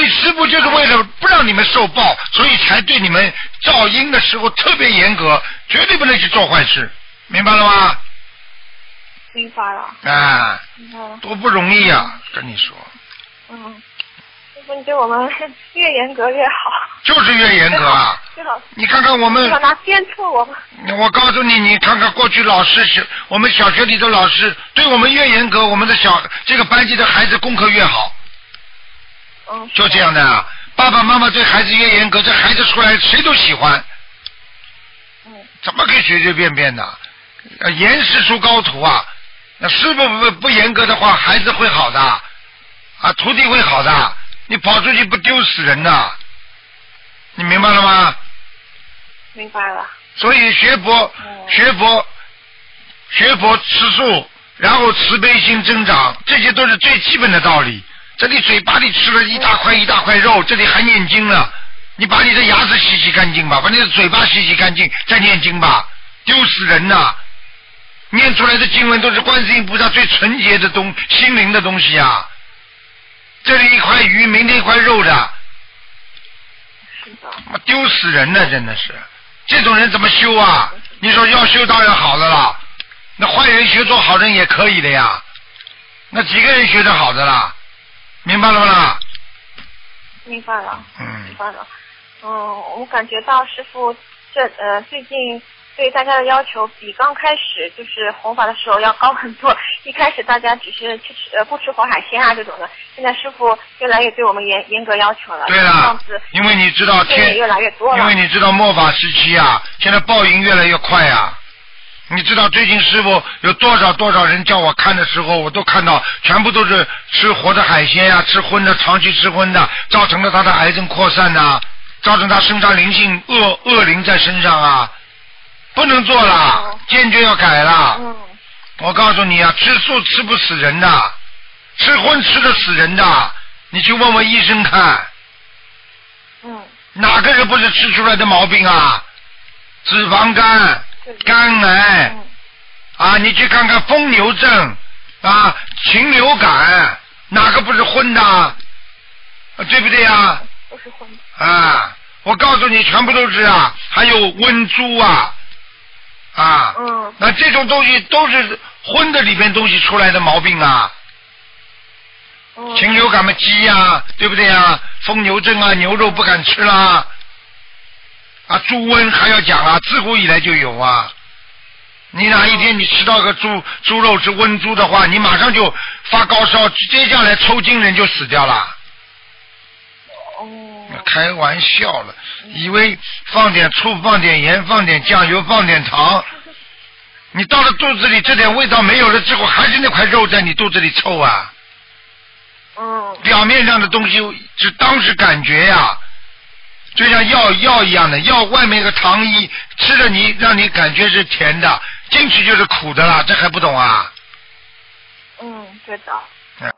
以师傅就是为了不让你们受报，所以才对你们噪音的时候特别严格，绝对不能去做坏事，明白了吗？明白了，啊，明白了。多不容易啊！跟你说，嗯，师傅，你对我们 越严格越好，就是越严格啊！ 最好你看看我们最好拿鞭策我们。我告诉你，你看看过去老师小，我们小学里的老师对我们越严格，我们的小这个班级的孩子功课越好，嗯，就这样的啊。爸爸妈妈对孩子越严格，这孩子出来谁都喜欢，嗯，怎么可以随随便便的？呃严师出高徒啊！那师傅不不严格的话，孩子会好的，啊，徒弟会好的。你跑出去不丢死人呐？你明白了吗？明白了。所以学佛哦，学佛，学佛吃素，然后慈悲心增长，这些都是最基本的道理。这里嘴巴里吃了一大块一大块肉，这里还念经呢。你把你的牙齿洗洗干净吧，把你的嘴巴洗洗干净，再念经吧，丢死人呐！念出来的经文都是观世音菩萨最纯洁的东心灵的东西啊。这里一块鱼，明天一块肉的，是的，妈丢死人了，真的是，这种人怎么修啊？你说要修当然好的啦，那坏人学做好人也可以的呀。那几个人学得好的啦？明白了吗啦？明白了，明嗯，白了。嗯，我感觉到师傅这呃最近对大家的要求比刚开始就是弘法的时候要高很多。 一开始大家只是去吃呃不吃活海鲜啊这种的，现在师傅越来越对我们严严格要求了。对啊这啦样子，因为你知道对天，越来越多因了为。你知道末法时期啊，现在报应越来越快啊。你知道最近师傅有多少多少人叫我看的时候，我都看到全部都是吃活的海鲜呀、吃荤的，长期吃荤的，造成了他的癌症扩散呐、造成他身上灵性恶恶灵在身上啊，不能做啦哦，坚决要改啦。嗯，我告诉你啊，吃素吃不死人的，吃荤吃的死人的，你去问问医生看。嗯，哪个人不是吃出来的毛病啊？脂肪肝、对的。肝癌嗯啊，你去看看疯牛症啊、禽流感，哪个不是荤的？啊对不对啊？都是荤的。啊，我告诉你，全部都是啊，还有瘟猪啊，啊，嗯，那这种东西都是荤的里边东西出来的毛病啊。嗯禽流感嘛，鸡呀、对不对呀、疯牛症啊，牛肉不敢吃啦，啊，猪瘟还要讲啊，自古以来就有啊。你哪一天你吃到个猪猪肉是瘟猪的话，你马上就发高烧，接下来抽筋人就死掉了。哦，开玩笑了，以为放点醋、放点盐、放点酱油、放点糖，你到了肚子里这点味道没有了之后，还是那块肉在你肚子里臭啊。嗯，表面上的东西是当时感觉呀、就像药药一样的，药外面一个糖衣，吃了你让你感觉是甜的，进去就是苦的啦，这还不懂啊？嗯，对的。